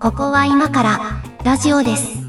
ここは今からラジオです。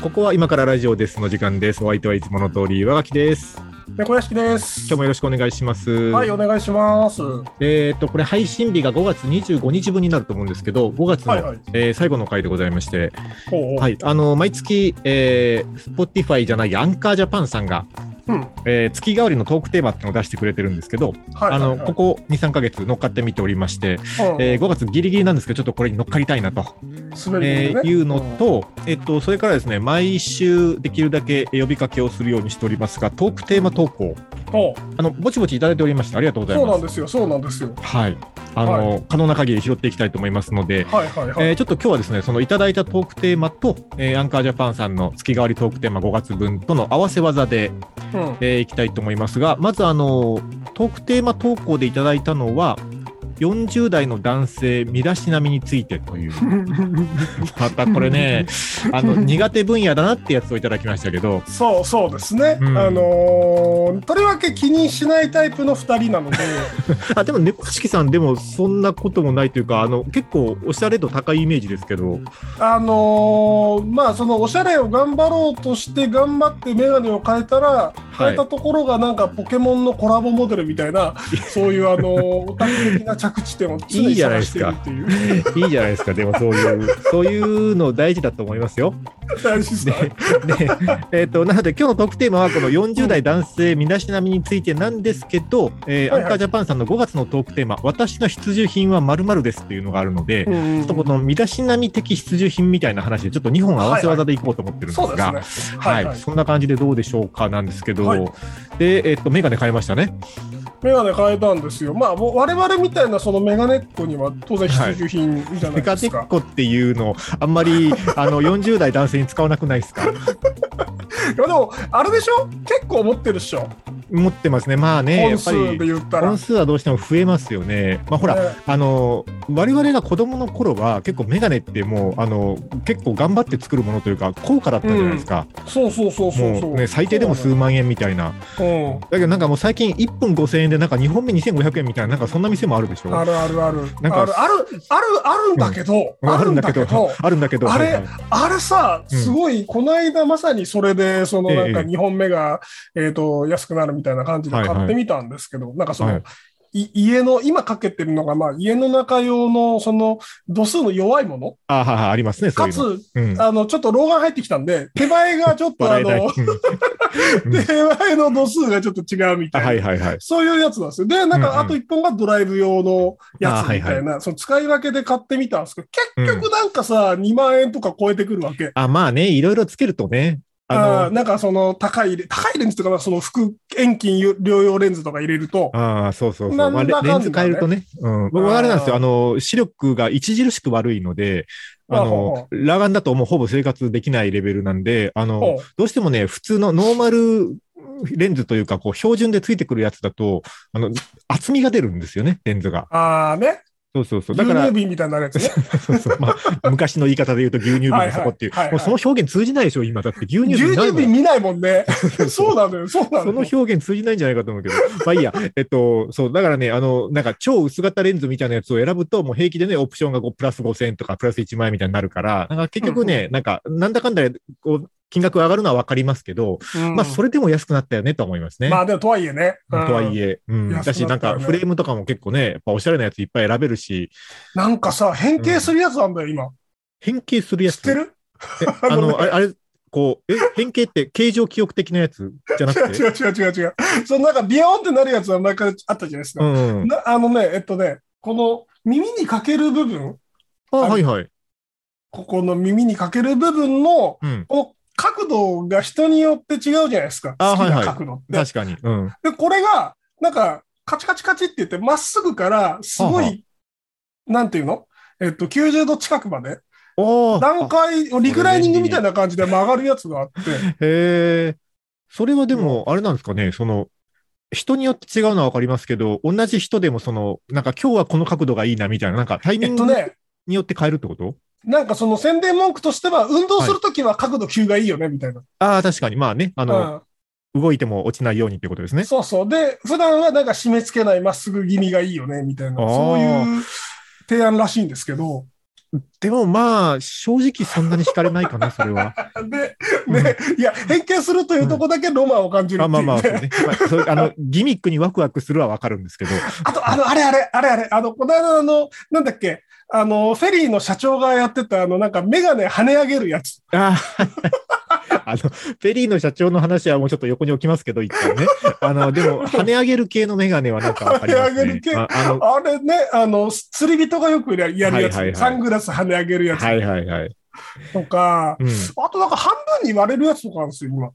ここは今からラジオですの時間です。お相手はいつもの通り、わがきです。猫屋敷です。今日もよろしくお願いします。はい、お願いします。えっ、と、これ配信日が5月25日分になると思うんですけど、5月の、はいはいえー最後の回でございまして、ほうほうはい、あの、毎月、えー、Spotify じゃない、アンカージャパンさんが、うんえー月替わりのトークテーマっていうのを出してくれてるんですけど、はいあはいの、はいここ2、3ヶ月乗っかってみておりまして、うんえー5月ギリギリなんですけど、ちょっとこれに乗っかりたいなと滑りえ込んーでねいうのと、えっと、それからですね、毎週できるだけ呼びかけをするようにしておりますが、トークテーマ投稿、うんほうあの、ぼちぼちいただいておりまして、ありがとうございそうまなんす。ですよ、そうなんですよ。はい。あの、は可能な限り拾っていきたいと思いますので、はいはいはい。えーちょっと今日はですね、そのいただいたトークテーマと、えーアンカージャパンさんの月替わりトークテーマ5月分との合わせ技で、うんえーいきたいと思いますが、まずあの、トークテーマ投稿でいただいたのは、40代の男性、身だしなみについてという。またこれね、あの苦手分野だなってやつをいただきましたけど、そうそうですね、うんあのーとりわけ気にしないタイプの二 人なのであでも猫敷さんでもそんなこともないというか、あの結構おしゃれ度高いイメージですけど、あのーまあそのおしゃれを頑張ろうとして頑張って眼鏡を変えたら変えたところがなんかポケモンのコラボモデルみたいなそういうあのーオタク的な着地点を常いいにじゃない探でしすているかっていういいじゃないですか。でもそういうそういうの大事だと思いますよ。 大事さ、で、でえっ、となので今日のトークテーマはこの40代男性身だしなみについてなんですけど、えーはいはいアンカージャパンさんの5月のトークテーマ私の必需品はまるまるですっていうのがあるので。うんちょっとこの身だしなみ的必需品みたいな話でちょっと2本合わせ技でいこうと思ってるんですが、そうですね。は、はいい、はい。そんな感じでどうでしょうかなんですけど、はいで、えっと、メガネ変えましたね。メガネ変えたんですよ。まあ、もう我々みたいなそのメガネっ子には当然必需品じゃなメいガでネすっか。子っていうの、あんま り、あの、40代男性に使わなくないですかいやでも、あれでしょ結構持ってるっしょ。持ってますね。まあね、や本っぱ数でり、言ったら。本数はどうしても増えますよね。まあほら、ねあの、我々が子供の頃は、結構メガネってもう、あの、結構頑張って作るものというか、高価だったじゃないですか。そうそうそうそうそもう。うね、最低でも数万円みたいな。そうなのだけどなんかもう最近1本5000円で、なんか2本目2500円みたいな、なんかそんな店もあるでしうん。あょ。るあるある。なんかあるある、ある、あるんだけど、ああるるんんだだけけどど、、あるんだけど、あれはいはいあれさ、うんすごい、この間まさにそれで、そのなんかええ2本目が、えっと、安くなるみたいな感じではいはい買ってみたんですけど、なんかそはのい、い家の、今かけてるのが、まあ、家の中用の、その、度数の弱いものあはいはいありますね、そうかいうつの。、うんあの、ちょっと老眼入ってきたんで、手前 がちょっと、あ笑えない。の、うん手前の度数がちょっと違うみたあいな。はいはいはい。そういうやつなんですよ。で、なんうんうんか、あと一本がドライブ用のやつみたあはいいな、その使い分けで買ってみたんですけど、結局なんかさ、2万円とか超えてくるわけ。あ、まあね、いろいろつけるとね。ああーの、なんかその高いレ、高いレンズとかな、その副遠近療養レンズとか入れると、ああ、そうそうそう。なまあ、レなんだレかンズ変んだねえるとね。うん。僕あれなんですよ。あの、視力が著しく悪いので、ああほうのほ、裸眼だともうほぼ生活できないレベルなんで、あの、ほうどうしてもね、普通のノーマルレンズというか、こう、標準でついてくるやつだと、あの、厚みが出るんですよね、レンズが。ああね、そうそうそう。だ牛から乳、瓶みたいなやつね。 そうそう。まあ、昔の言い方で言うと牛乳瓶の底っていう。はいはいはいはいもうその表現通じないでしょ、今。だって牛乳牛瓶ないも乳ん瓶見ないもんね。そうなのよ、そうなそののよ。表現通じないんじゃないかと 思うけど、まあいいや、えっと、そう、だからね、あの、なんか超薄型レンズみたいなやつを選ぶと、もう平気でね、オプションがこうプラス5000円とかプラス1万円みたいになるから、なんか結局ね、なんか、なんだかんだで、こう、金額上がるのはわかりますけど、うんまあそれでも安くなったよねと思いますね。まあでもとはいえね。まあとはいえ。え、うん。安くなったよねだし、なんかフレームとかも結構ね、やっぱおしゃれなやついっぱい選べるし、なんかさ、変形するやつなんだよ、今。変形するやつ。知ってるえあの、あれ、あれ、こう、え、変形って形状記憶的なやつじゃな違うくて。 違う違う違う違う。そのなんかビヨーンってなるやつは前からあったじゃないですうか。ん。なあのね、えっとね、この耳にかける部分、あ、はいはい。ここの耳にかける部分の、うん。この角度が人によって違うじゃないですか。あ好きはいはない角度って。確かに。うん。で、これが、なんか、カチカチカチって言って、まっすぐから、すご、はあはいなんていうのえっと、90度近くまで、おー段階、リクライニングみたいな感じで曲がるやつ があって、へえ。それはでも、あれなんですかね、その、人によって違うのはわかりますけど、同じ人でもその、なんか今日はこの角度がいいなみたいな、なんかタイミえンっとグね、によって変えるってことなんかその宣伝文句としては、運動するときは角度急がいいよね、みたいな。ああ、確かに。まあね、あの、う動いても落ちないようにってことですねん、。そうそう。で、普段はなんか締め付けないまっすぐ気味がいいよね、みたいな、あーそういう提案らしいんですけど、でもまあ、正直そんなに惹かれないかな、それ は。で、ね、いや、偏見するというとこだけロマンを感じるっあていうまあまあ、そうね。ね。まあ、そうあの、ギミックにワクワクするはわかるんですけど。あと、あの、あれあれ、あれあれ、あの、この間あの、なんだっけ、あの、フェリーの社長がやってた、あの、なんかメガネ跳ね上げるやつ。あ あ、あの、フェリーの社長の話はもうちょっと横に置きますけど、一回ね。あの、でも、跳ね上げる系のメガネはなんかわかります、ね。跳ね上げる系ああの、あれね、あの、釣り人がよくやるやつ、はいはいはいサングラス跳ね上げるやつはいはいはい。とか、うん。あとなんか半分に割れるやつとかあるんですよ、今。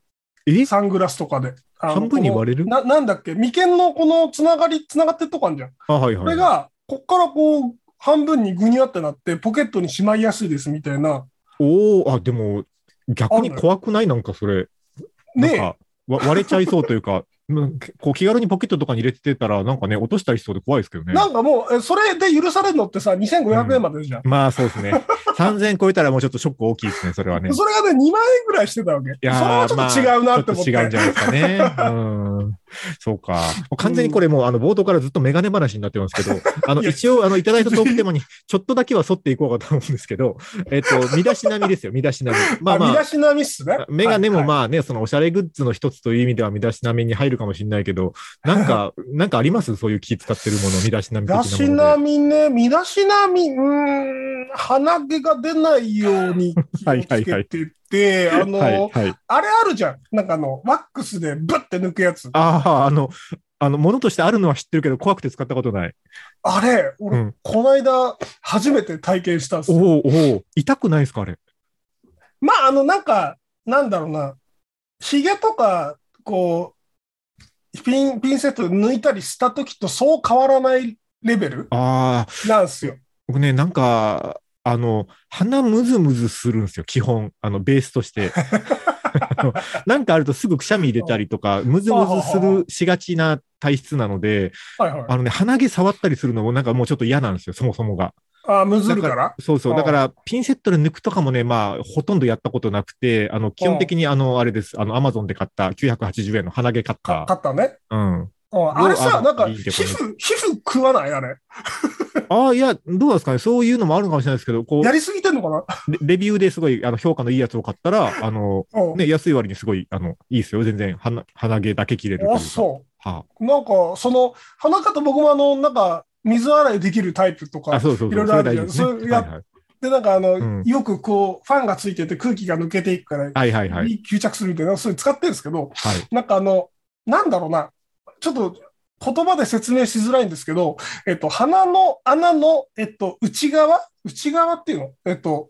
えサングラスとかで。あの半分に割れるこのななんだっけ眉間のこのつながり、つながってるとこあるじゃん。あ、はいはい。これが、こっからこう、半分にぐにゃってなって、ポケットにしまいやすいですみたいな。おおあ、でも、逆に怖くないなんかそれ。なんねかわ割れちゃいそうというか、 うんこう気軽にポケットとかに入れてたら、なんかね、落としたりしそうで怖いですけどね。なんかもう、えそれで許されるのってさ、2500円までじゃん。まあそうですね。3000超えたらもうちょっとショック大きいですね、それはね。それがね、2万円ぐらいしてたわけ。それーはちょっと違うなって思って。まあちょっと違うんじゃないですかね。うん。 そうか。もう完全にこれもう、あの、冒頭からずっとメガネ話になってます けど、あの、いや一応、あの、いただいたトークテーマに、ちょっとだけは沿っていこうかと思うんですけど、えっ と、身だしなみですよ、身だしなみ。まああま身だあ、しなみっすね。メガネもあ。まあね、そのおしゃれグッズの一つという意味では身だしなみに入るかもしれないけど、なんか、なんかありますそういう気使ってるもの、身だしなみ的な身だもので。しなみね、身だしなみ、うーん、鼻毛が出ないよ うに気をつけてて、あの、はい、はい。あれあるじゃん。なんかあの、ワックスでブッて抜くやつ。あああ、あの、あの、ものとしてあるのは知ってるけど、怖くて使ったことない。れ、う俺、ん。この間、初めて体験したんですおよおおお痛くないですか、あれ。まあ、あの、なんか、なんだろうな、ひげとか、こう、ピン、ピンセットで抜いたりした時とそう変わらないレベルああ、なんですよ。僕ね、なんか、あの、鼻ムズムズするんですよ、基本。あの、ベースとして。 あのなんかあるとすぐくしゃみ入れたりとか、ムズムズするしがちな体質なので、はいはい。あのね、鼻毛触ったりするのもなんかもうちょっと嫌なんですよ、そもそもが。ああ、むずるから。そうそうう。んだから、ピンセットで抜くとかもね、まあ、ほとんどやったことなくて、あの、基本的にあの、あれです。あの、アマゾンで買った980円の鼻毛カッかタ買ったね。ー。うん。うんあれどうあさ、のなんか、いい皮けどね膚、皮膚食わないあれ。ああ、いや、どうなんですかね。そういうのもあるかもしれないですけど、こやう、りすぎてんのかなレレビューですごい、あの、評価のいいやつを買ったら、あの、うんね、安い割にすごい、あの、いいですよ。全然、鼻、鼻毛だけ切れるというあ、か。そはう。なんか、その、鼻かと僕もあの、なんか、水洗いできるタイプとあ、あか、そうそうそう。いろいろあるじゃんそれ大事ですねそれやはいで、なんかあの、うんよくこう、ファンがついてて空気が抜けていくから、はいはいはいはい。吸着するみたいな、それ使ってるんですけど、はい。なんかあの、なんだろうな、ちょっと言葉で説明しづらいんですけど、えっと、鼻の穴の、えっと、内側内側っていうのえっと、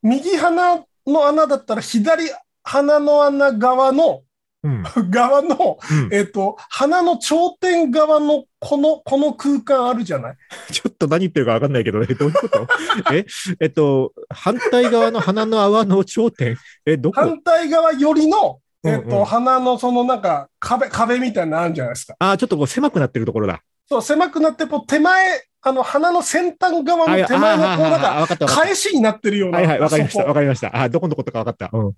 右鼻の穴だったら左鼻の穴側の、うん。側の、 うんえっと、鼻の頂点側のこの、この空間あるじゃないちょっと何言ってるか分かんないけど、え、どういうこと え、えっと、反対側の鼻の泡の頂点、え、どこ反対側よりの、えっと、うんうん鼻のそのなんか壁、壁みたいなのあるじゃないですか。あー、ちょっとこう狭くなってるところだ。そう、狭くなって、こう手前、あの、鼻の先端側あいやの手前の、こう、なんか、あーあーあー分かった分かっ返しになってるようた。な。はいはい、分かりました、あそこ分かりました。あー、どこのことか分かった。うん。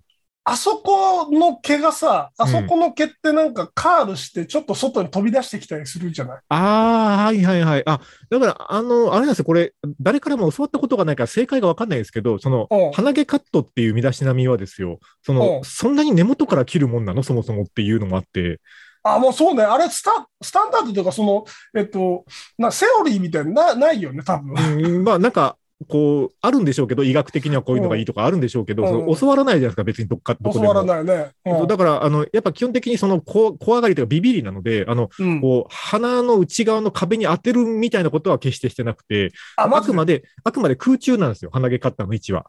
あそこの毛がさ、あそこの毛ってなんかカールして、ちょっと外に飛び出してきたりするじゃない、ああ、はいはいはい。あ、だから、あの、あれなんですよ、これ、誰からも教わったことがないから正解が分かんないですけど、そのうん、鼻毛カットっていう身だしなみはですよ、その、うんそんなに根元から切るもんなのそもそもっていうのもあって。あ、もうそうね。あれスタ、スタンダードというか、その、えっと、な、セオリーみたいな、なないよね、多分。うんまあなんか、こう、あるんでしょうけど、医学的にはこういうのがいいとかあるんでしょうけど、うんその教わらないじゃないですか、別にどっか、どこ教でわらも。ないね。うんそうだから、あの、やっぱ基本的にその、こう怖がりというかビビりなので、あの、うんこう、鼻の内側の壁に当てるみたいなことは決してしてなくて、あ、あまずく、まで、あくまで空中なんですよ、鼻毛カッターの位置は。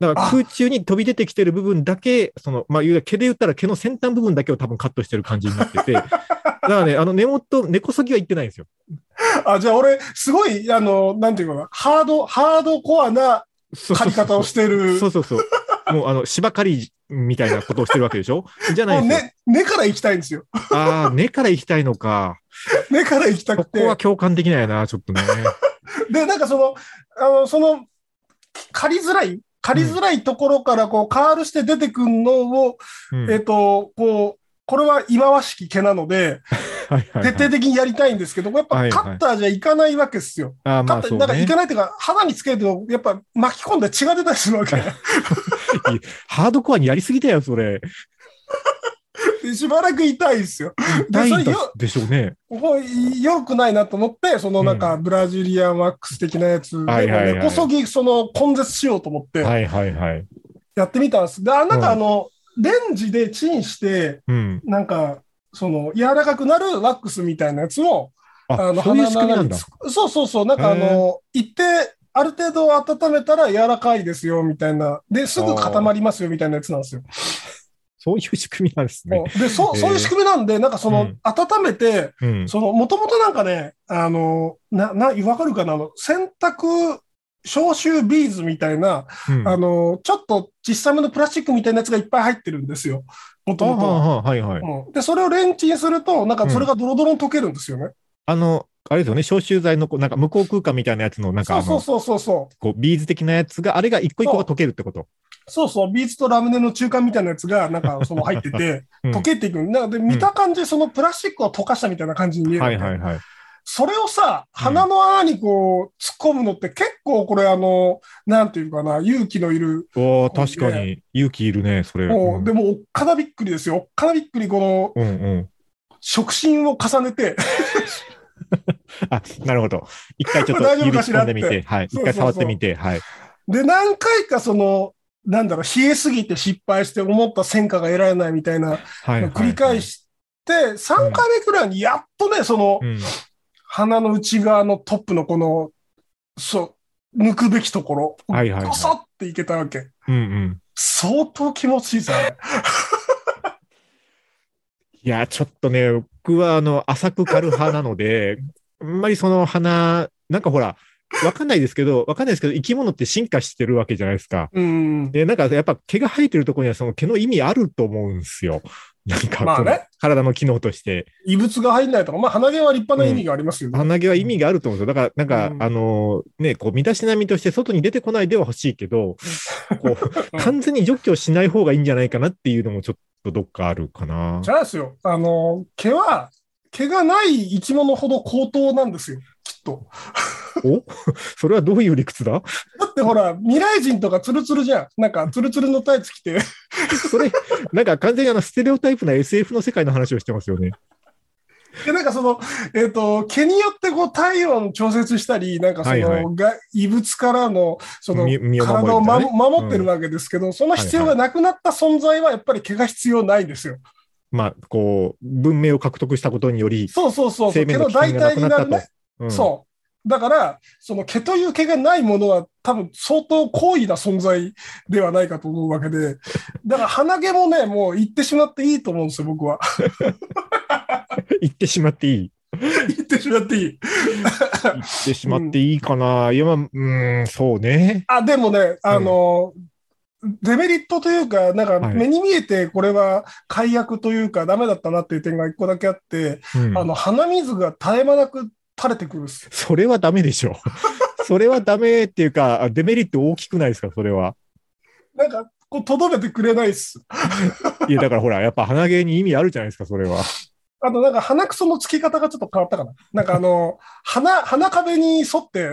だからあ空中に飛び出てきてる部分だけ、その、まあ、いわゆる毛で言ったら毛の先端部分だけを多分カットしてる感じにな ってて、だからね、あの根元、根こそぎは行ってないんですよ。あ、じゃあ俺、すごい、あの、なんていうかな、ハード、ハードコアなそうそ刈うりそう方をしてる。そうそうそう。もうあの、芝刈りみたいなことをしてるわけでしょじゃなもいうですよ。根、根から行きたいんですよ。ああ、根から行きたいのか。根から行きたこくて。こは共感できないな、ちょっとね。で、なんかその、あの、その、借りづらい、借りづらいところからこうカールして出てくんのを、うんえっ、と、こう、これは忌まわしき毛なので、はいはいはい徹底的にやりたいんですけど、やっぱはいはいカッターじゃいかないわけですよ。あーまカッあタそー、うなんかいねか。ないっていうか、肌につけると、やっぱ巻き込んで血が出たりする わけ。ハードコアにやりすぎだよ、それ。でしばらく痛いですよ。でなそいれんだよでしょうね。これよくないなと思って、そのなんかブラジリアンワックス的なやつで、はいはいはい根こそぎその根絶しようと思ってはいはいはい。やってみたんです。で、あなんうんかあの、レンジでチンして、うん。なんか、その柔らかくなるワックスみたいなやつを、あ、の、そういう鼻仕の組み穴なんにだ。つくそうそうそう、なんかあへの、一定、ある程度温めたら柔らかいですよ、みたいな。で、すぐ固まりますよ、みたいなやつなんですよ。そういう仕組みなんですね。で、そへーう、そういう仕組みなんで、なんかそうのん、温めて、うん。その、もともとなんかね、あの、な、な、わかるかなあの、洗濯、消臭ビーズみたいな、うんあの、ちょっと小さめのプラスチックみたいなやつがいっぱい入ってるんですよ。もとあもとは。ははいはい。うんで、それをレンチンすると、なんかそれがドロドロに溶けるんですよね。あの、あれですよね、消臭剤のこう、なんか無効空間みたいなやつの、なんかそあうそうの、そうそうそう。こう、ビーズ的なやつが、あれが一個一個が溶けるってこと。、そうそう、ビーツとラムネの中間みたいなやつが、なんかその入ってて うん溶けていく。なんかで、見た感じ、そのプラスチックを溶かしたみたいな感じに見える。はいはいはい。それをさ、鼻の穴にこう、突っ込むのって結構これあの、なんていうかな、勇気のいる。おお確かに、勇気いるね、それ。もううんでも、おっかなびっくりですよ。おっかなびっくり、この、うんうん。触診を重ねて、あ、なるほど。一回ちょっと 大丈夫指かし突っら込んでみて、はい。一回触ってみて、はい。で、何回かその、なんだろう、冷えすぎて失敗して思った戦果が得られないみたいな、はい。はい繰り返。して、3回目くらいにやっとね、そのう、ん。鼻の内側のトップのこの、そう、抜くべきところ、はいはいはいゴソっていけたわけ。うんうん。相当気持ちいいさ。いや、ちょっとね、僕は、あの、浅く軽派なので、 あんまりその鼻、なんかほら、わかんないですけど、わかんないですけど、生き物って進化してるわけじゃないですか。うん。で、なんかやっぱ毛が生えてるところにはその毛の意味あると思うんですよ。なんか、まあねこの体の機能として。異物が入んないとか、まあ鼻毛は立派な意味がありますよね。鼻毛は意味があると思うんですよ。だから、なんか、うんあのね、こう、身だしなみとして外に出てこないでは欲しいけ ど、こう、完全に除去しない方がいいんじゃないかなっていうのもちょっとどっかあるかなじ。ゃあですよ。あの、毛は、毛がない生き物ほど高等なんですよ。きっと。おそれはどういう理屈だだってほら、未来人とかツルツルじゃん。なんか、ツルツルのタイツ着て。 それ、なんか完全にあの、ステレオタイプな SF の世界の話をしてますよね。で、なんかその、えっ、と、毛によってこう、体温調節したり、なんかその、はいはが異物からの、その、み身を守る体をみたいまなね守ってるわけですけど、その必要がなくなった存在はやっぱり毛が必要ないんですよ。まあ、こう、文明を獲得したことにより、そうそうそうそ生う、毛命のの危険がな代替くになっなたるとね。。うんそう。だから、その毛という毛がないものは多分相当高位な存在ではないかと思うわけで、だから鼻毛もね、もう言ってしまっていいと思うんですよ、僕は。 言ってしまっていい。言ってしまっていい。言ってしまっていいかな。いや、まあ、うーん、そうね。あ、でもね、あの、デメリットというか、なんかはい目に見えてこれは解約というかダメだったなっていう点が一個だけあって、うんあの、鼻水が絶え間なく垂れてくるんですよ。それはダメで しょ。それはダメっていうか、あデメリット大きくないですか、それは。なんか、こう、とどめてくれないっす。いや、だからほら、やっぱ鼻毛に意味あるじゃないですか、それは。あとなんか鼻くそのつき方がちょっと変わったかな。なんかあの、鼻、鼻壁に沿って、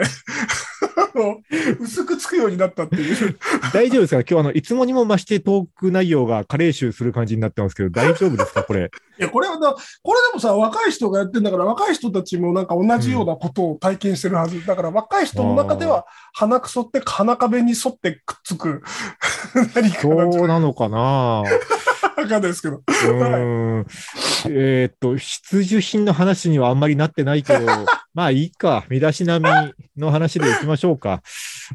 あの薄くつくようになったっていう。大丈夫ですか今日、あの、いつもにも増してトーク内容が加齢臭する感じになってますけど、大丈夫ですか、これ。いや、これはな、これでもさ、若い人がやってんだから、若い人たちもなんか同じようなことを体験してるはず。だから若い人の中では、鼻くそって鼻壁に沿ってくっつく、 何かなんじそうなのか なゃわかんないですけど。うーん。えーっと、必需品の話にはあんまりなってない けど、まあいいか。身だしなみの話でいきましょうか。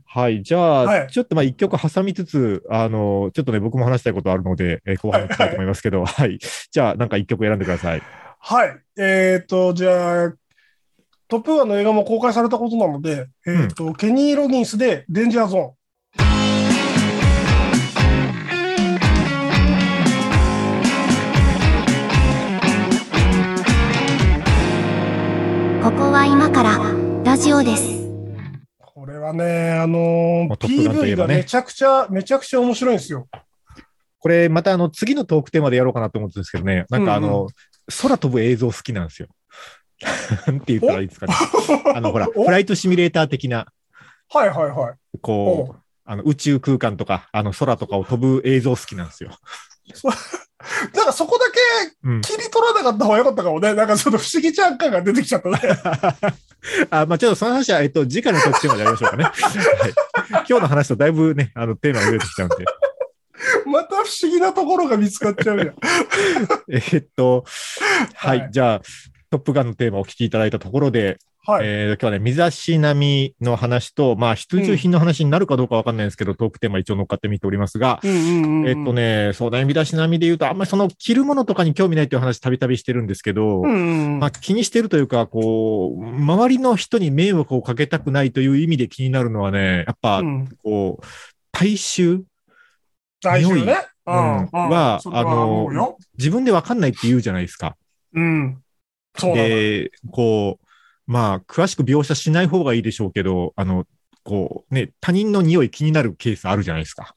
はい。じゃあ、はいちょっとまあ一曲挟みつつ、あの、ちょっとね、僕も話したいことあるので、えー後半に行きたいと思いますけど、はい。じゃあ、なんか一曲選んでください。はい。えっ、と、じゃあ、トップガンの映画も公開されたことなので、えっ、と、ケニー・ロギンスで、デンジャーゾーン。ここは今からラジオです。これはがね、あのまあトップガンといえ PV ばがねめちゃくちゃ、めちゃくちゃ面白いんですよ。これ、またあの、次のトークテーマでやろうかなと思ってるんですけどね、なんかあの、うん空飛ぶ映像好きなんですよ。 なんて言ったらいいですかね。あの、ほら、フおライトシミュレーター的な、 はいはいはい。こおう、あの宇宙空間とか、あの空とかを飛ぶ映像好きなんですよ。なんかそこだうんけ。切り取らなかった方が良かったかもね。なんかその不思議ちゃん感が出てきちゃったね。 あ、まあちょっとその話は、えっと、次回の特集までやりましょうかね。 はい、今日の話とだいぶね、あの、テーマが出てきたんで。また不思議なところが見つかっちゃうじゃん。えっと、はい、はいじゃあ、トップガンのテーマをお聞きいただいたところで、はい。えー今日はね、身だしなみの話と、まあ、必需品の話になるかどうかわかんないんですけど、トークテーマ一応乗っかってみておりますが、えっとね。ね、そうね、身だしなみで言うと、あんまりその着るものとかに興味ないという話、たびたびしてるんですけど、うんうんまあ、気にしてるというか、こう、周りの人に迷惑をかけたくないという意味で気になるのはね、やっぱう、ん。こう、体臭大丈夫匂いね。うんうんはそれ思うよ自分でわかんないって言うじゃないですか。うん。そうなのよで、こう、まあ、詳しく描写しない方がいいでしょうけど、あの、こう、ね、他人の匂い気になるケースあるじゃないですか。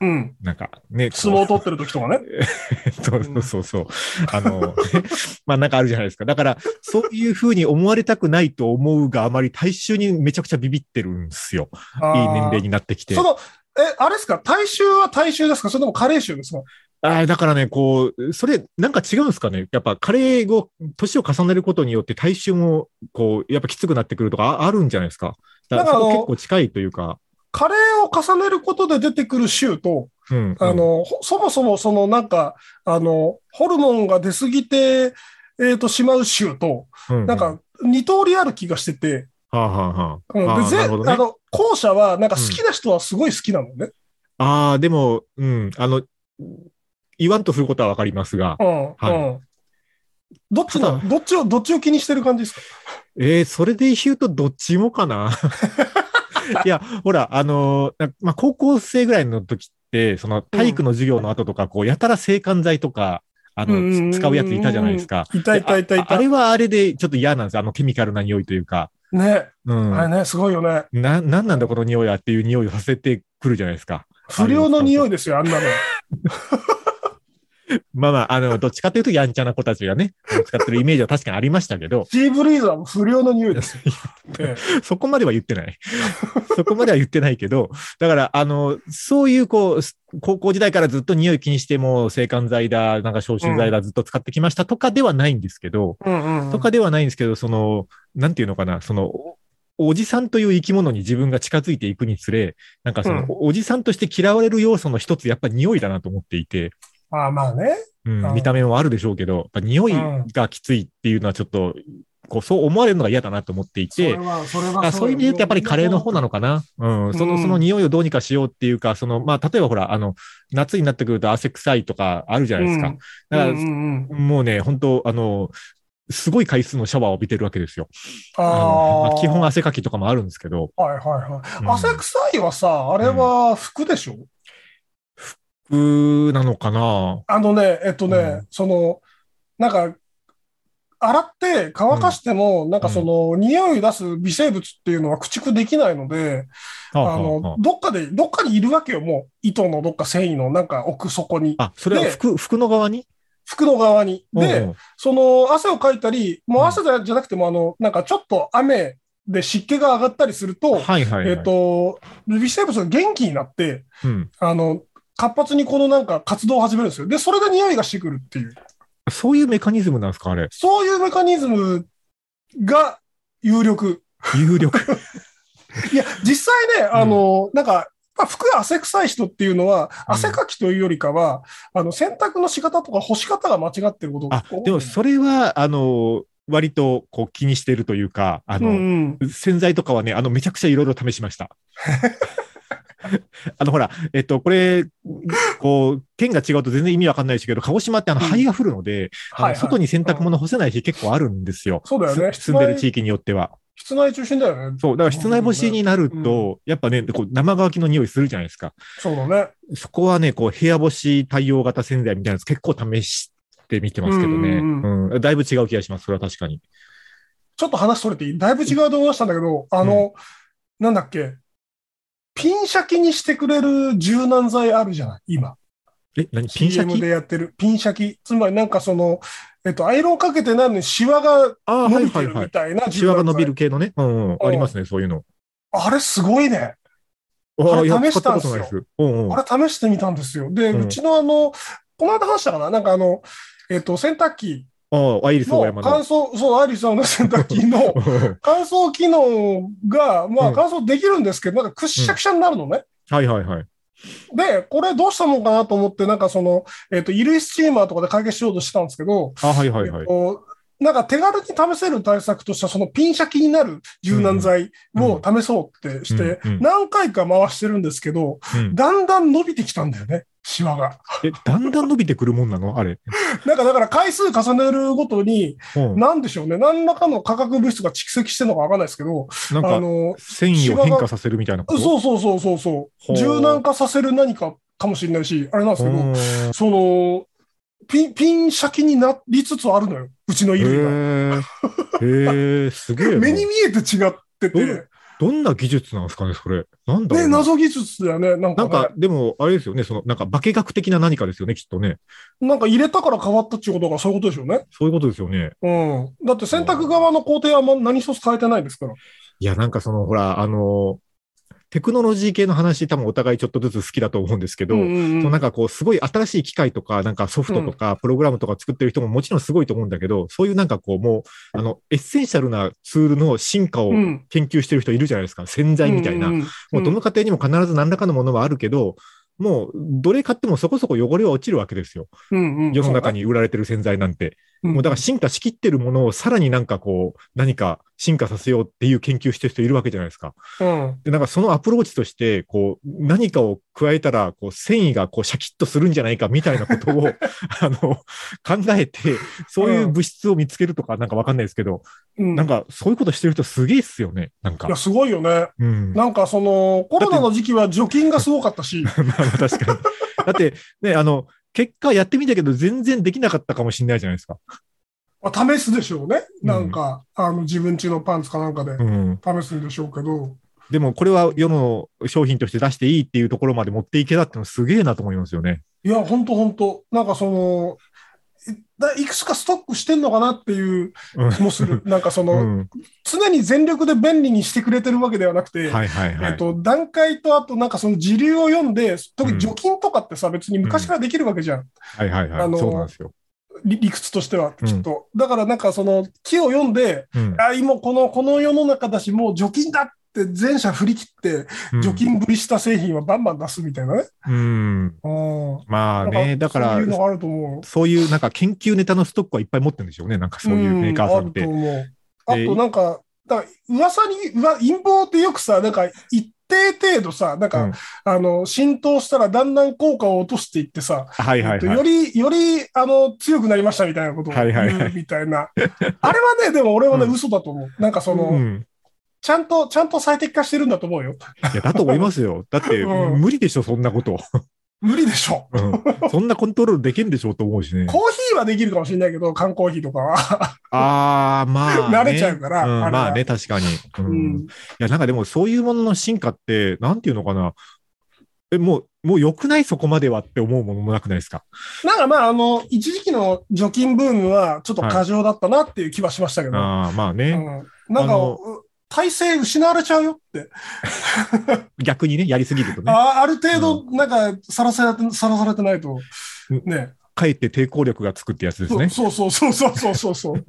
うん。なんか、ね、こう相撲を取ってる時とかね。 そうそうそうそう。あの、 まあなんかあるじゃないですか。だから、そういうふうに思われたくないと思うがあまり大衆にめちゃくちゃビビってるんですよ。いい年齢になってきてそ。の、え、あれですか大衆は大衆ですかそれとも加齢衆ですかああ、だからね、こう、それ、なんか違うんですかね。やっぱ、加齢後、年を重ねることによって体臭も、こう、やっぱきつくなってくるとかああるんじゃないですか。だから、だからそこあの結構近いというか。加齢を重ねることで出てくる衆と、うん。あの、ほそもそもそのなんか、あの、ホルモンが出すぎて、えっ、と、しまう衆と、うん、うなん、か、二通りある気がしてて、はあ、はあはうんああーでぜなあるほどねの、後者は、なんか好きな人はすごい好きなのね。あ、ああ、でも、うん、あの、言わんとすることはわかりますが、うん、うん。はどっちただの、どっちを、どっちを気にしてる感じですかえー、それで言うとどっちもか な。いや、ほら、あのーなまあ、高校生ぐらいの時って、その体育の授業の後とか、こう、やたら制汗剤とか、あうんうんうんうの、ん使うやついたじゃないですか。いたいたいたいああた。れね、はあれでちょっと嫌なんですあのケミカルな匂いというか。うあれん。ね、すごいよね。な、なんなんだこの匂いはっていう匂いをさせてくるじゃないですか。不良の匂いですよ、あんなの。まあまあ、あ の、どっちかというとやんちゃな子たちがね、使ってるイメージは確かにありましたけ ど、シーブリーザーも不良の匂いですよ。えそこまでは言って ない。そこまでは言ってないけど、だから、あの、そういう、こう、す高校時代からずっと匂い気にしても、制汗剤だ、なんか消臭剤だ、ずっと使ってきましたとかではないんですけど、えうんうんとかではないんですけど、その、なんていうのかな、その、おおじさんという生き物に自分が近づいていくにつれ、なんかその、うんおおじさんとして嫌われる要素の一つ、やっぱ匂いだなと思っていて、まあまあね。うんうん見た目もあるでしょうけど、やっぱ匂いがきついっていうのはちょっと、こう、そう思われるのが嫌だなと思っていそてれ、は、それあはそういう意味で言うと、やっぱりカレーの方なのかな。うん。その、うんその匂いをどうにかしようっていうか、その、まあ、例えばほら、あの、夏になってくると汗臭いとかあるじゃないですか。うんだから、うんうんうんもうね、本当あの、すごい回数のシャワーを浴びてるわけですよ。あのあまあ。あ基本汗かきとかもあるんですけど、はいはいはうい。ん汗臭いはさ、あれは服でしょうーなのかなあのね、えっとうねん、その、なんか、洗って乾かしても、なんかその、匂い出す微生物っていうのは駆逐できないので、はああはあはの、どっかで、どっかにいるわけよ、もう。糸のどっか繊維のなんか奥底に。あ、あ、それはで服、服の側に服の側に。でう、んその汗をかいたり、もうはい汗だじゃなくても、あの、なんかちょっと雨で湿気が上がったりすると、はいはい、はい。えっ、と、微生物が元気になって、うん。あの、活発にこのなんか活動を始めるんですよ。で、それで匂いがしてくるっていう。そういうメカニズムなんですかあれ。そういうメカニズムが有力。有 力。いや、実際ね、んあの、なんか、まあ、服が汗臭い人っていうのは、うん汗かきというよりかは、あの、洗濯の仕方とか干し方が間違ってることがあ、でもそれは、あの、割とこう気にしてるというか、あうの、んうん。洗剤とかはね、あの、めちゃくちゃいろいろ試しま した。あの、ほら、えっと、これ、こう、県が違うと全然意味わかんないですけど、鹿児島ってあの、うん灰が降るので、あのはいはい外に洗濯物干せない日結構あるんですよ。そうだよねす住んでる地域によっては。室内中心だよね。そう、だから室内干しになると、やっぱね、こう生乾きの匂いするじゃないですか。そうだね。そこはね、こう部屋干し対応型洗剤みたいなやつ結構試してみてますけどね。ううんんうだいぶ違う気がします。それは確かに。ちょっと話それていいだいぶ違うと思いましたんだけど、あの、なんだっけ、ピンシャキにしてくれる柔軟剤あるじゃない、今。え、何ピンシャ CM でキやってる。ピンシャキ。つまりなんかその、えっと、アイロンかけてないのにシワあがあー、は伸いびてはいるはみい。たいなシ柔ワが軟伸剤びる系のね。うん、うん、ありますね、そういうの。あれすごいね。あああ、れいや、試使しったたんこすとよないです。うんうん。あれ試してみたんですよ。で、ううんちのあの、この間話したかななんかあの、えっと、洗濯機ああ、アイリス大の山乾の。燥、そう、アイリスさんの 洗濯機の乾燥機能が、うまあん乾燥できるんですけど、なんかくっしゃくしゃになるのね。 はいはいはい。で、これどうしたもんかなと思って、なんかその、えっと、衣類スチーマーとかで解決しようとしたんですけど、あはいはいはえっい。となんか手軽に試せる対策としては、そのピンシャキになる柔軟剤を試そうってしてうんうん、何回か回してるんですけど、うんだんだん伸びてきたんだよね、シワが。え、だんだん伸びてくるもんなのあれ。なんかだから回数重ねるごとに、うん。なんでしょうね、何らかの化学物質が蓄積してるのかわかんないですけど、なんあか、の、繊維を変化させるみたいなこと。そうそうそうそうそほうう、柔軟化させる何かかもしれないし、あれなんですけど、その、ピン、ピンシャキになりつつあるのよ、うちの衣類が。へえ、へえ、すげえな。 目に見えて違ってどてう。どんな技術なんですかね、それ。なんだろね、うな。謎技術だよね。なんなか,、ね、んか、でも、あれですよね、その、なんか、化学的な何かですよね、きっとね。なんか入れたから変わったっていうことがそういうことでしょうね。そういうことですよね。うん。だって洗濯側の工程はま何一つ変えてないですから。いや、なんかその、ほら、あの、テクノロジー系の話、多分お互いちょっとずつ好きだと思うんですけど、うんうんそうのんなんかこう、すごい新しい機械とか、なんかソフトとか、プログラムとか作ってる人ももちろんすごいと思うんだけど、そういうなんかこう、もう、あの、エッセンシャルなツールの進化をうん研究してる人いるじゃないですか。潜在みたいな。うんもうんうどの家庭にも必ず何らかのものはあるけど、もう、どれ買ってもそこそこ汚れは落ちるわけですよ。うんうん世の中に売られてる洗剤なんて。うんもうだから進化しきってるものをさらになんかこう、何か進化させようっていう研究してる人いるわけじゃないですか。うんで、なんかそのアプローチとして、こう、何かを加えたら、こう、繊維がこう、シャキッとするんじゃないかみたいなこと を、あの、考えて、そういう物質を見つけるとか、なんかわかんないですけど、うん。なんかそういうことしてる人すげえっすよね、なんかいや、。すごいよね。うん。まなんかその、コロナの時期は除菌がすごかったし、 あまあ確かに。だって、ね、あの、結果やってみたけど、全然できなかったかもしれないじゃないですか。 まあ試すでしょうね。なんか、あの、自分家のパンツかなんかでうん。試すんでしょうけど。でもこれは世の商品として出していいっていうところまで持っていけたってのすげえなと思いますよね。いや、ほんとほんと。なんかその、いだいくつかストックしてんのかなっていう気もす る。なんかそうの、ん。常に全力で便利にしてくれてるわけではなくて、はいはいはえっい。と、段階とあとなんかその時流を読んで、特に除菌とかってさ、別に昔からできるわけじゃん、はいはいはあい。のそうなんですよ。理理屈としては、うんきっと。だからなんかその、木を読んで、うんあ、今この、この世の中だし、もう除菌だって全社振り切って、うん除菌ぶりした製品はバンバン出すみたいなね。うん。うん。まあね、だからそういう、のがあると思う。そういうなんか研究ネタのストックはいっぱい持ってるんでしょうね。なんかそういうメーカーさんっうて。んあると思う。あとなんか、だから噂に、うわ陰謀ってよくさ、なんか一定程度さ、なんか、うんあの、浸透したらだんだん効果を落としていってさ、はいはいえっとはよい。り、より、あの、強くなりましたみたいなことを言はいはいはいうみたいな。あれはね、でも俺はね、うん嘘だと思う。なんかその、うん、ちゃんと、ちゃんと最適化してるんだと思うよ。いやだと思いますよ。だって、うん無理でしょ、そんなこと。無理でしょ。うんそんなコントロールできるんでしょうと思うしね。コーヒーはできるかもしれないけど、缶コーヒーとかは。ああ、まあ、ね。 慣れちゃうからんあれはまあね、確かに。ううんん。いや、なんかでもそういうものの進化って、なんていうのかな。え、もう、もう良くないそこまではって思うものもなくないですか。なんかまあ、あの、一時期の除菌ブームは、ちょっと過剰だったなっていう気はしましたけど。ああ、まあうね。ん、なんあかの、う体制失われちゃうよって。逆にね、やりすぎるとね。あある程度、なんか、さらされて、さらされてないと。ね。かえって抵抗力がつくってやつですね。そうそうそうそうそうそうそう。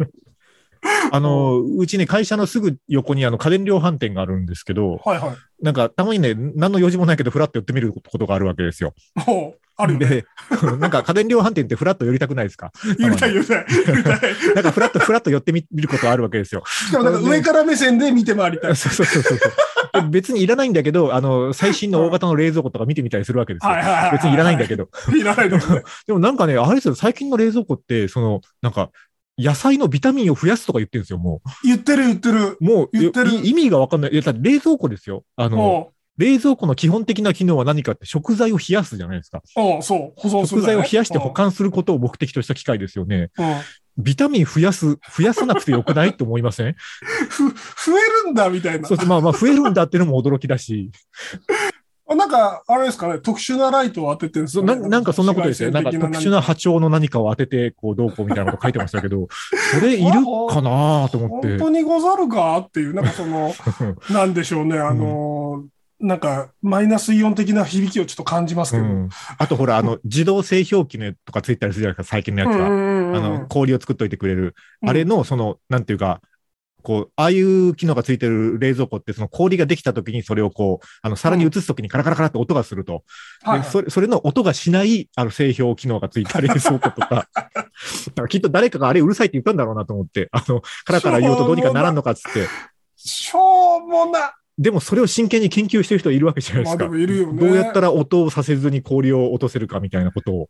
あの、うちね、会社のすぐ横にあの家電量販店があるんですけど、はいはい。なんかたまにね、何の用事もないけど、ふらっと寄ってみることがあるわけですよ。もう、あるよね。で、 なんか家電量販店ってふらっと寄りたくないですか言いたい言いたい。言いたい。なんかふらっとふらっと寄ってみ見ることあるわけですよ。しかもなんか上から目線で見て回りたい。 そうそうそうそうそう。で別にいらないんだけど、あの、最新の大型の冷蔵庫とか見てみたりするわけですよ。はいはいはいはい。別にいらないんだけど。ど。いらないんだけどね。でもなんかね、あれですよ、最近の冷蔵庫って、その、なんか、野菜のビタミンを増やすとか言ってるんですよ、も言ってる言ってる。う。もう、言ってるい意味がわかんない。いや、だって冷蔵庫ですよ。あの、も冷蔵庫の基本的な機能は何かって食材を冷やすじゃないですか。う、うん、そう、保存す食るんだ材よをね、冷やして保管することを目的とした機械ですよね。うん。うんビタミン増やす、増やさなくてよくないって思いませ んふ増えるんだみたいな。そうそうまあまあ増えるんだっていうのも驚きだし。あなんか、あれですかね、特殊なライトを当ててるんですそよなねなんかそんなことですよ。なんか特殊な波長の何かを当てて、こう、どうこうみたいなこと書いてましたけ ど、それいるかなと思っ本て。当にござるかっていう、なんかそ の、なんでしょうね、あのーなんか、マイナスイオン的な響きをちょっと感じますうけど。ん、あとほら、あの、自動製氷機のやつとかついたりするじゃないですか、最近のやつうんは。うんうんあの、氷を作っといてくれる。うんあれの、その、なんていうか、こう、ああいう機能がついてる冷蔵庫って、その氷ができた時にそれをこう、あの、皿に移す時にカラカラカラって音がすると。はいでそれ、それの音がしない、あの、製氷機能がついた冷蔵庫と か。だからきっと誰かがあれうるさいって言ったんだろうなと思って、あの、カラカラ言うとどうにかならんのかっつって。しょうもな。でもそれを真剣に研究してる人いるわけじゃないでまあすでか。もいるよね。どうやったら音をさせずに氷を落とせるかみたいなことを。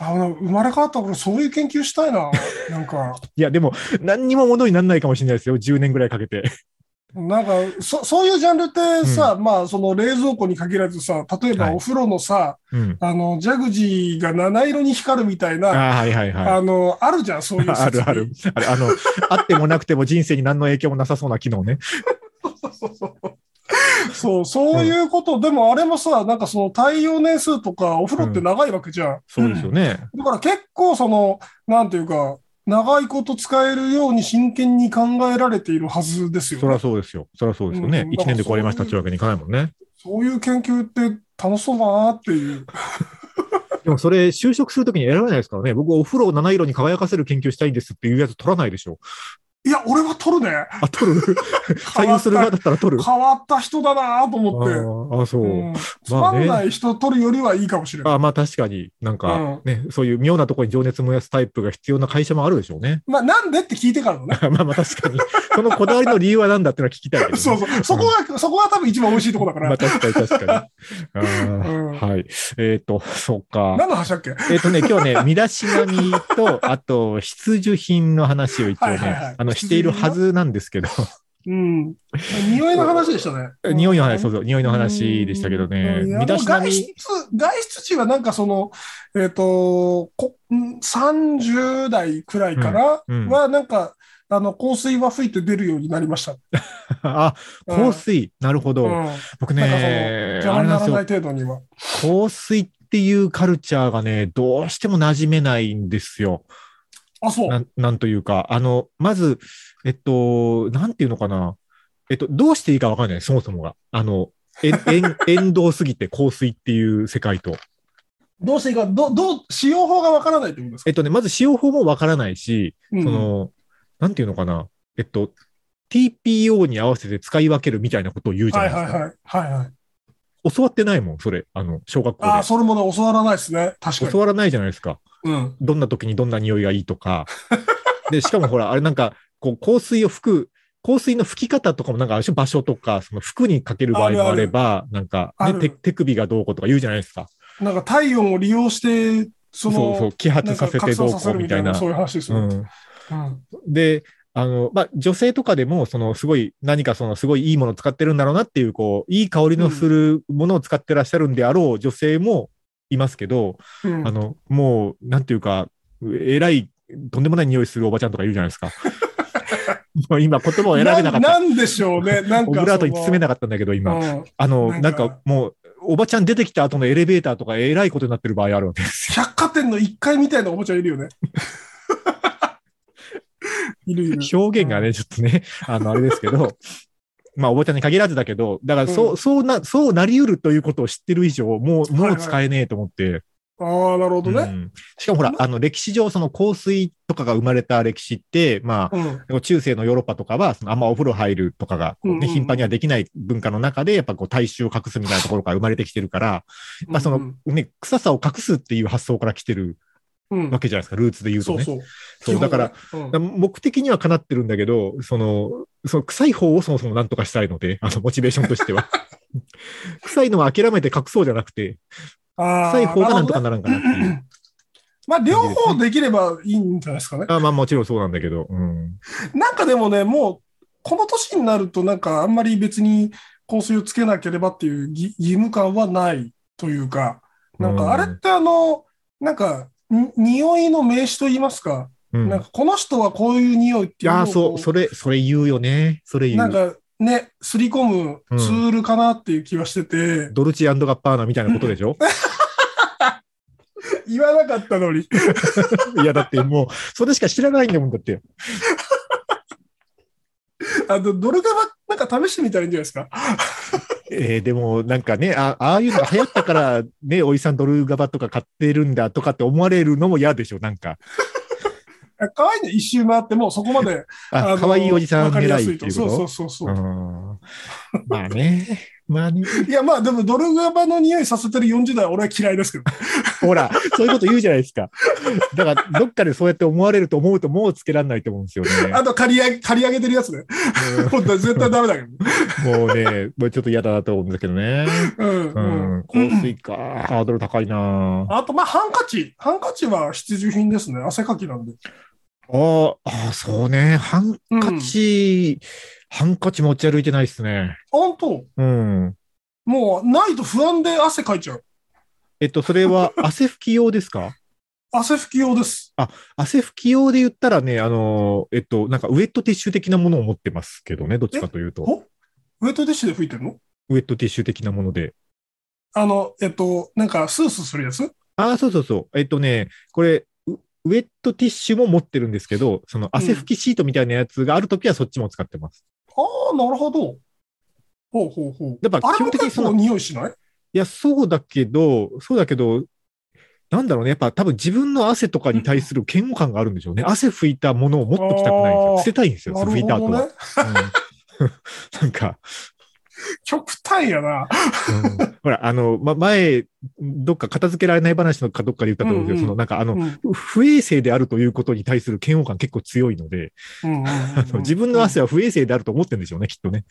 あの生まれ変わった頃、そういう研究した いな。なんか、いや、でも、何にも物にならないかもしれないですよ。10年ぐらいかけて。なんか、そそういうジャンルってさ、まあ、その冷蔵庫に限らずさ、例えはばいお風呂のさ、うん。あの、ジャグジーが七色に光るみたいあな、ああ、はいはいはい。の、あるじゃん、そういうあ設る 備ある。。あれあの、あってもなくても人生に何の影響もなさそうな機能ね。そう、そういうこと、でもあれもさ、なんかその耐用年数とか、お風呂って長いわけじゃん。そうですよね。だから結構その、なんていうか、長いこと使えるように真剣に考えられているはずですよそりゃね。そうですよ。そりゃそうですようね。ん1年で壊れましたっていうわけにいかないもんね。そういう研究って楽しそうだなっていう。でもそれ、就職するときに選ばないですからね。僕、お風呂を七色に輝かせる研究したいんですっていうやつ取らないでしょ。いや、俺は取るね。あ、取 る採用する側だったら取る。変わった人だなとあ思って。ーあ、そう。うん、つまあまねんない人取るよりはいいかもしれない。ああまあ確かになんかね、そういう妙なところに情熱燃やすタイプが必要な会社もあるでしょうね。 まあ、なんでって聞いてからのね。まあまあ確かに。そのこだわりの理由は何だっていうのは聞きたいけどね、 そうそう。そこが、そこが多分一番美味しいとこだかまあら。確かに 確かに。ああうんはい。えっ、と、そう か。何の話だっけえっ、とね、今日ね、身だしなみと、あと、必需品の話を一応ね、はいはいはいあの、しているはずなんですけど、。うん。匂いの話でしたね匂いの話、そうそう、匂いの話でしたけどね、うん身だしな外み、出、外出時はなんかその、えっ、とこ、ん30代くらいからうんうんは、なんか、あの、香水は吹いて出るようになりました。 あ、う香ん水、なるほど。うん僕なんかそのね、邪あ魔れにななでんらすよない、程度には。香水っていうカルチャーがね、どうしても馴染めないんですよ。あ、そう。なんなんというか、あの、まず、えっと、なんていうのかな。えっと、どうしていいかわかんない、そもそもが。あの、えん、 えん、遠道すぎて香水っていう世界と。どうしていいか、どどう、使用法がわからないってことですかえっとね、まず使用法もわからないし、うんその、なんていうのかな。えっと、TPO に合わせて使い分けるみたいなことを言うじゃはないいですか。はいはい。はいはい。教わってないもん、それ。あの、小学校ああ、それもね、教わらないですね。確で。か教に。わらないじゃないですか。うん。どんな時にどんな匂いがいいとか。で、しかもほら、あれなんか、こう、香水を吹く、香水の吹き方とかもなんかある種場所とか、その服にかける場合もあれば、なんか、あね、る手手首がどうこうとか言うじゃないですか。なんか体温を利用して、そそうの、そう、揮な発んさかせて拡どう散こさせうるみみたたいいなな、。そういう話ですうよね。ん、うんで、あの、まあ、女性とかでも、その、すごい、何かその、すごいいいものを使ってるんだろうなっていう、こう、いい香りのするものを使ってらっしゃるんであろう女性もいますけど、うんあの、もう、なんていうか、えらい、とんでもない匂いするおばちゃんとかいるじゃないです か。もう今、言葉を選べなかっなた。なんでしょう ね。なんかそオの。ブラートに包めなかったんだけど、今。うんあの、ななんんかかもう、おばちゃん出てきた後のエレベーターとかえらいことになってる場合あるわけです百貨店の1階みたいなおもちゃいるよ ね。いるいる。よ。表現がね、ちょっと ね、あの、あれですけど、まあ、おばちゃんに限らずだけど、だから、そう、うんそうな、そうなり得るということを知ってる以上、もう、もう使えねえと思って、ああ、なるほどうね。んしかもほら、あの、歴史上、その香水とかが生まれた歴史って、まあ、うん。中世のヨーロッパとかは、そのあんまお風呂入るとかが、こううんうね、ん頻繁にはできない文化の中で、やっぱこう、大衆を隠すみたいなところから生まれてきてるから、まあそのうんね、臭さを隠すっていう発想から来てるうん、わけじゃないですか、ルーツで言うとそうね。そう。そう、だから、基本ね、目的にはかなってるんだけど、その、その臭い方をそもそも何とかしたいので、あの、モチベーションとして は。臭いのは諦めて隠そうじゃなくて、うんあ臭い方が何とかなるならんかなってほどいねう。まあ、両方できればいいんじゃないですかね。あまあもちろんそうなんだけど、うん。なんかでもね、もう、この年になると、なんかあんまり別に香水をつけなければっていう義義務感はないというか、なんうんかあれってあの、なんか、に匂いの名詞と言いますか、うん。なんかこの人はこういう匂いっていうあのあ、をそこう、うそれ、それ言うよね。それ言う。なんかね、すり込むツールかなっていう気はしてて、ドルチアンドガッパーナみたいなことでしょ 言わなかったのに。いや、だってもう、それしか知らないんだもん、だって。あの、ドルガバ、なんか試してみたらいいんじゃないですか。えーでも、なんかね、あああいうのが流行ったから、ね、おじさんドルガバとか買ってるんだとかって思われるのも嫌でしょ、なんか。あ可愛いの一周回ってもうそこまで。あ、可愛いおじさんわか狙りやすいっていうことそうそうそうそう。うんまあね。まあね。いや、まあでも、ドルガバの匂いさせてる40代は俺は嫌いですけど。ほら、そういうこと言うじゃないですか。だから、どっかでそうやって思われると思うと、もうつけられないと思うんですよね。あと、刈り上げ、刈り上げてるやつね。本当は絶対ダメだけど。もうね、もうちょっと嫌だなと思うんだけどね。ううん。うん。ん。香水か。ハードル高いなああと、まあ、ハンカチ。ハンカチは必需品ですね。汗かきなんで。ーあー、そうね。ハンうんカチ、ハンカチ持ち歩いてないですね。本当うん。もう、ないと不安で汗かいちゃう。えっと、それ は汗拭き用ですか汗拭き用です。汗拭き用で言ったらね、あの、えっと、なんかウェットティッシュ的なものを持ってますけどね、どっちかというと。ほウェットティッシュで拭いてるのウェットティッシュ的なもので。あの、えっと、なんか、スースーするやつああ、そうそうそう。えっとね、これ、ウウェットティッシュも持ってるんですけど、その汗拭きシートみたいなやつがあるときはそっちも使ってます。ああ、なるほど。ほうほうほう。やっぱあ基れ本も的に結その構匂いしないいや、そうだけど、そうだけど、なんだろうね。やっぱ多分自分の汗とかに対する嫌悪感があるんでしょうね。汗拭いたものを持っときたくないんですあよ。ー捨てたいんですよ。なる拭いた後ほどは。ね。うんなん か、極端やな。うんほら、あの、ま、前、どっか片付けられない話のかどっかで言ったと思うんですけど、そうんうんの、なんかあうの、んうん不衛生であるということに対する嫌悪感結構強いので、うんう んあの自分の汗は不衛生であると思ってるんでしょうね、きっとね。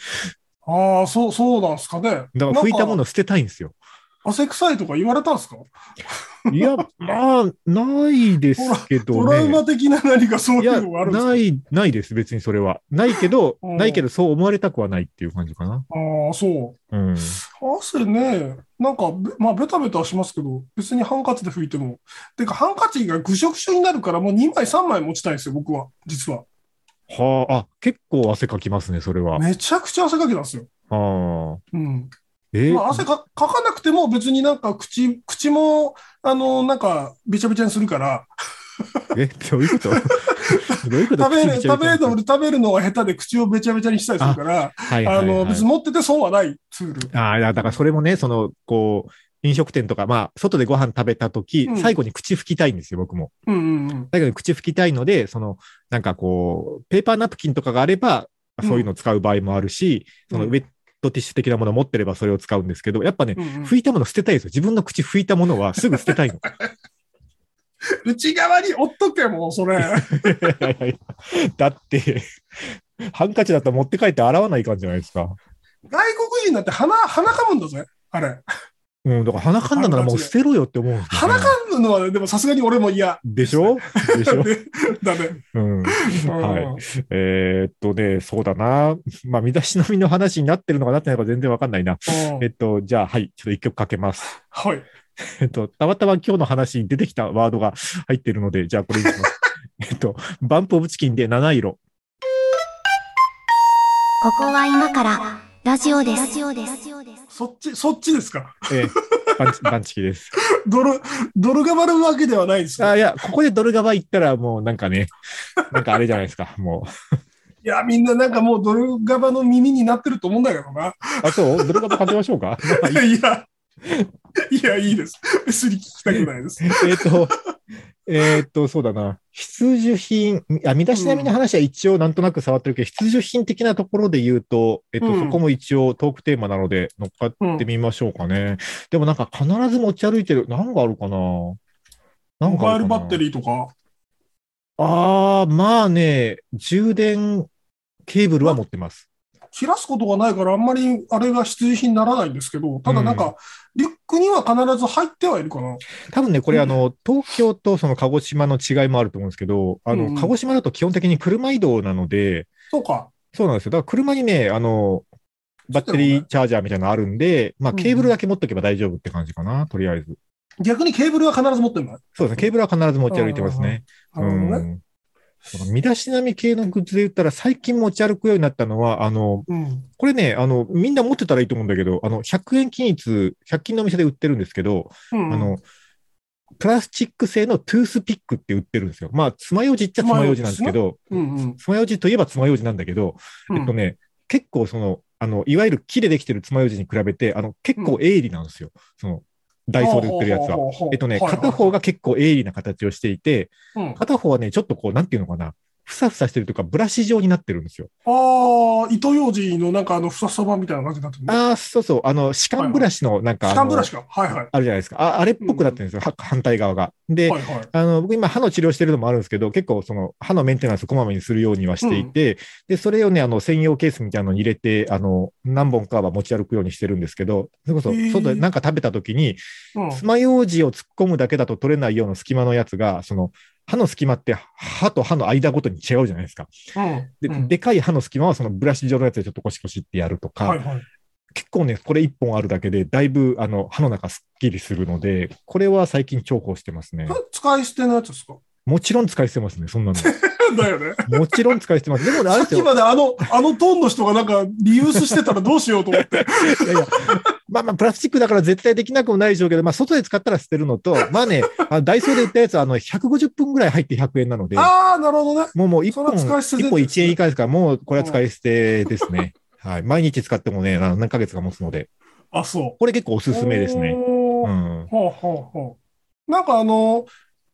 ああ、そう、そうなんすかね。だから拭いたもなんかのを捨てたいんですよ。汗臭いとか言われたんすかいや、まあ、ないですけどね。トラウマ的な何かそういいや、うのがあるんですかない、ないです、別にそれは。ないけど、うんないけど、そう思われたくはないっていう感じかな。ああ、そうん。う。汗ね、なんか、べまあ、ベタベタはしますけど、別にハンカチで拭いても。てか、ハンカチがぐしょぐしょになるから、もう2枚、3枚持ちたいんですよ、僕は、実は。はあ、あ、結構汗かきますね、それは。めちゃくちゃ汗かきなんですよ。はあ。うん。えまあ、汗かかかなくても、別になんか、口、口も、あの、なんか、びちゃびちゃにするから、え、どういうこと どういうこと食べる、口々食べる言の、って食べるのが下手で口をべちゃべちゃにしたりするから、はいはいあはい、の、別に持ってて損はないツール。ああ、いやだからそれもね、その、こう、飲食店とか、まあ、外でご飯食べたとき、うん最後に口拭きたいんですよ、僕も。うんうんうん。最後に口拭きたいので、その、なんかこう、ペーパーナプキンとかがあれば、そういうのを使う場合もあるし、うんそのウェットティッシュ的なものを持ってればそれを使うんですけど、やっぱね、うんうん拭いたもの捨てたいですよ。自分の口拭いたものはすぐ捨てたい の。内側に折っとけもう それ。だって、ハンカチだったら持って帰って洗わないかんじゃないですか。外国人だって鼻、鼻かむんだぜ。あれ。うん、だから鼻かんだならもう捨てろよって思うんですよね、鼻かむのはね、でもさすがに俺も嫌。でしょでしょ、だね。うん、うんえーっとね、そうだな。まあ、身だしなみの話になってるのかなってないのか全然わかんないな。うんえっと、じゃあ、はい、ちょっと一曲かけます。はい。えっと、たまたま今日の話に出てきたワードが入ってるので、じゃあこれにし ます。えっと、バンプオブチキンで七色。ここは今からラジオです。ラジオです。そっち、そっちですか。えー、バンチバンチキです。ドル、ドルがバるわけではないですね。あいや、ここでドルガバ行ったらもうなんかね、なんかあれじゃないですか。もう。いや、みんななんかもうドルガバの耳になってると思うんだけどな。あ、そうドルガバかけましょうか。 まあいいや いや、いや、いいです。別に聞きたくないです。えっと、えっと、そうだな。必需品、あ、身だしなみの話は一応なんとなく触ってるけど、必需品的なところで言うと、えっと、うんそこも一応トークテーマなので乗っかってみましょうかね。でもなんか必ず持ち歩いてる、何があるかなモバイルバッテー。リーとか。ああ、まあね、充電ケーブルは持ってます。切らすことがないから、あんまりあれが必需品にならないんですけど、ただなんか、リュックには必ず入ってはいるかな。多分ね、これあの、東京とその鹿児島の違いもあると思うんですけど、あうんの、鹿児島だと基本的に車移動なので、そうか。そうなんですよ。だから車にね、あの、バッテリーチャージャーみたいなのあるんで、まあうんうんケーブルだけ持っとけば大丈夫って感じかな、とりあえず。逆にケーブルは必ず持ってるんだ。そうですね、ケーブルは必ず持ち歩いてますね。なうるほどね。ん。その身だしなみ系のグッズで言ったら、最近持ち歩くようになったのは、あの、うん。これね、あの、みんな持ってたらいいと思うんだけど、あの、100円均一、100均のお店で売ってるんですけど、うん、あの、プラスチック製のトゥースピックって売ってるんですよ。まあ、爪楊枝っちゃ爪楊枝なんですけど、うんうん、爪楊枝といえば爪楊枝なんだけど、うん。えっとね、結構その、あの、いわゆる木でできてる爪楊枝に比べて、あの、結構鋭利なんですよ。その、ダイソーで売ってるやつは。ほうほうほうほう。えっとね、はいはい片方が結構鋭利な形をしていて、うん片方はね、ちょっとこう、なんていうのかな、ふさふさしてるというか、ブラシ状になってるんですよ。ああ、糸ようじのなんかあの、ふささばみたいな感じになってるね。ああ、そうそう、あの、歯間ブラシの、なんか、歯あ間のブラシか。はいはい。あるじゃないですか。ああれっぽくなってるんですよ、は反対側が。で、はいはい。あの、僕今歯の治療してるのもあるんですけど、結構その歯のメンテナンスこまめにするようにはしていて、で、それをね、あの、専用ケースみたいなのに入れて、あの、何本かは持ち歩くようにしてるんですけど、それこそへー外でなんか食べた時に、うん爪楊枝を突っ込むだけだと取れないような隙間のやつが、その、歯の隙間って歯と歯の間ごとに違うじゃないですか。で、うんでかい歯の隙間はそのブラシ状のやつでちょっとコシコシってやるとか、はいはい。結構ね、これ一本あるだけで、だいぶあの歯の中すっきりするので、これは最近重宝してますねこ。れ使い捨てのやつですかもちろん使い捨てますね、そんな の。だよね。もちろ ん使い捨てます。でもね、あされっですき よ。まであの、あのトーンの人がなんかリユースしてたらどうしようと思っいて。やいやまあまあ、プラスチックだから絶対できなくもないでしょうけど、まあ、外で使ったら捨てるのと、まあね、あのダイソーで売ったやつは、あの、150分ぐらい入って100円なので、ああ、なるほどね。もうもう1そ本、れは使い捨てで1本1円以下ですから、もうこれは使い捨てですね。はい。毎日使ってもね、あの何ヶ月か持つので、あ、そう。これ結構おすすめですね。おうーん。ほうほうほう。なんかあの、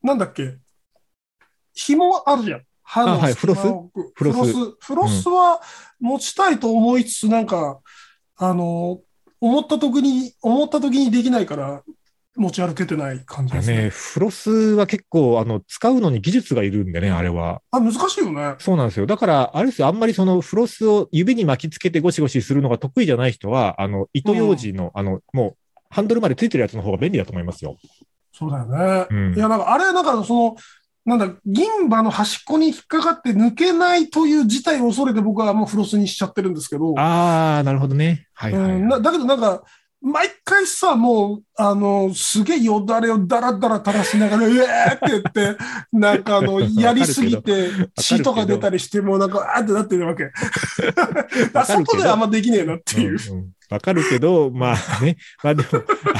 なんだっけ。紐あるじゃん。歯あはいの隙間を置くフロスフロス。フロスは持ちたいと思いつつ、なんか、あの、思った時に、思った時にできないから、持ち歩けてない感じあでのすね。ね、フロスは結構、あの、使うのに技術がいるんでね、あれは。あ、難しいよね。そうなんですよ。だから、あれですよ、あんまりそのフロスを指に巻きつけてゴシゴシするのが得意じゃない人は、あの、糸用紙の、あの、もう、ハンドルまでついてるやつの方が便利だと思いますよ。そうだよね。うんいや、なんかあれ、なんかその、なんだ、銀歯の端っこに引っかかって抜けないという事態を恐れて僕はもうフロスにしちゃってるんですけど、あー、なるほどね。はいはい、うん、なだけどなんか、毎回さ、もう、あの、すげえよだれをだらだら垂らしながら、うえーって言 って、なんかあの、やりすぎて血とか出たりして、もうなんか、あーってなってるわけ。あ外ではあんまできねえなっていう。うんうんわかるけど、まあね、まあでも、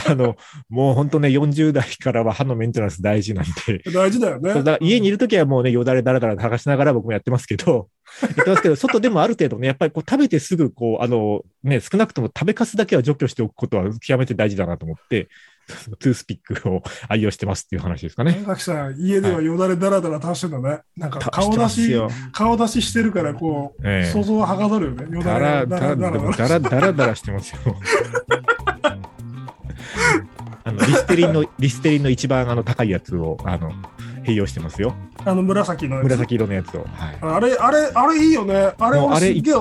あの、もう本当ね、40代からは歯のメンテナンス大事なんで、大事だよね。そうだから家にいるときはもうね、よだれだらだら探しながら僕もやってますけど、やってますけど、外でもある程度ね、やっぱりこう食べてすぐ、こう、あの、ね、少なくとも食べかすだけは除去しておくことは極めて大事だなと思って、トゥースピックを愛用してますっていう話ですかね。崎さん、家ではよだれだらだら垂らしてんだね。なんかた顔て出ますし、よ。顔出ししてるから、こう、ええ想像ははかどるよね。よだらだだららだらだだらら。だらだらしてますよ。あのリステリンのリステリンの一番あの高いやつをあの併用してますよ。あの紫のやつ。紫色のやつを。はい。あれ、あれ、あれいいよね。あれ、もう俺あすれっげえ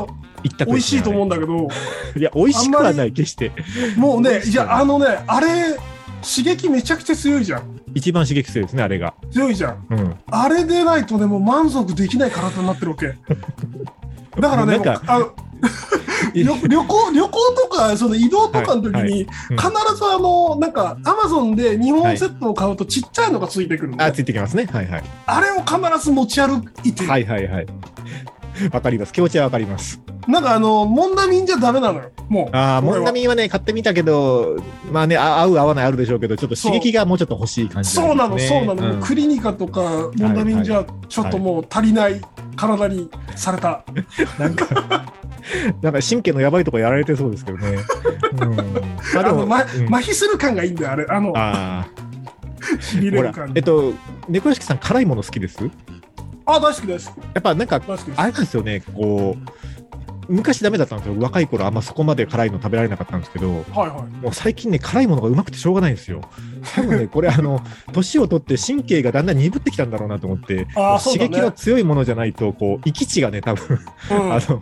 一択美味しいと思うんだ。だけど、あれいや美味しくはない決して。もう美ね、味しいいや、あのね、あれ、刺激めちゃくちゃ強いじゃん。一番刺激強いですねあれが。強いじゃん。うん。あれでないとでもう満足できない体になってるわけ。だからなね、んかあの旅旅行旅行とかその移動とかの時はいはにうん必ずあのなんかアマゾンで日本セットを買うとちっちゃいのがついてくるの、あついてきますね。はいはいあれを必ず持ち歩いてるはいはいはい。わかります。気持ちはわかります。なんかあの、モンダミンじゃダメなのよ。もう。ああ、これモはンダミンはね、買ってみたけど、まあね、あ合う合わないあるでしょうけど、ちょっと刺激がもうちょっと欲しい感じ、そうなの、そうなの。んクリニカとか、モンダミンじゃ、ちょっともう足りない体にされた。なんか、なんか神経のやばいとこやられてそうですけど ね。うん、まああでの、も、まうん麻痺する感がいいんだよ、あれ。あの、あ痺ーほれるら感、えじっ。と、猫屋敷さん、辛いもの好きですやあ、大好きです。っぱなんか、大好きですあ。れなんですよね、こう、昔ダメだったんですよ。若い頃、あんまそこまで辛いの食べられなかったんですけど、はいはい。もう最近ね、辛いものがうまくてしょうがないんですよ。多 分ね、これ、あの、年を取って神経がだんだん鈍ってきたんだろうなと思って、あーそう刺だね激の強いものじゃないと、こう、息地がね、多分、うんあの、変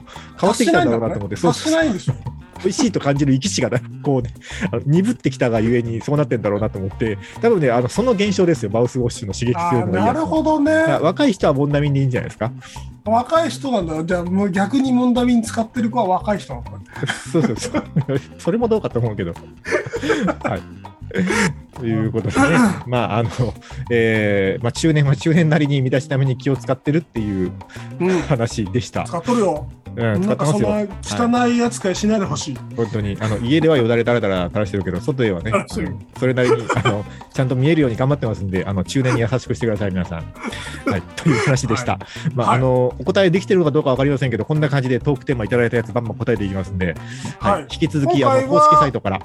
わってきたんだろうなと思って、そう達しないんですよ。美味しいと感じる生き地がなこうね、あの鈍ってきたがゆえにそうなってんだろうなと思って、多分ね、あのその現象ですよ、マウスウォッシュの刺激あ強いーのがいいなやつるほどね。だから若い人はボンダミンでいいんじゃないですか。若い人なんだ。じゃあ、もう逆にモンダミン使ってる子は若い人なんだ。 そうそうそう。それもどうかと思うけど。はい。ということでね、まああのえーまあ、中年は中年なりに身だしなみに気を使ってるっていううん、話でした。使っとるよ。うん、使なっんてかまそすんよ。なはい汚い扱いしないでほしい。本当にあの家ではよだれだらだら垂らしてるけど、外ではね、あそううんそれなりにあのちゃんと見えるように頑張ってますんで、あの中年に優しくしてください、皆さん。はい、という話でした。まあ、はいあのお答えできてるのかどうかわかりませんけど、こんな感じでトークテーマいただいたやつ、バンバン答えていきますんで、はいはい引き続きあの今回公は式サイトから、はい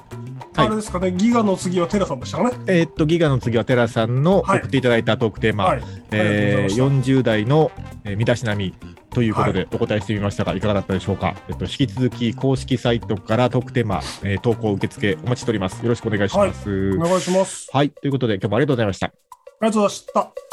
あれですかね、ギガの次はテラさんでしたかね。えーっとギガの次はテラさんの送はいっていただいたトークテーマ、はい。えありがとうございまーした40代のえー身だしなみということでお答えしてみましたが、い、かがだったでしょうか、えっと、引き続き公式サイトからトークテーマ、えー投稿受付お待ちしておりますよろしくお願いします、お願いします。はい、ということで今日もありがとうございましたありがとうございました。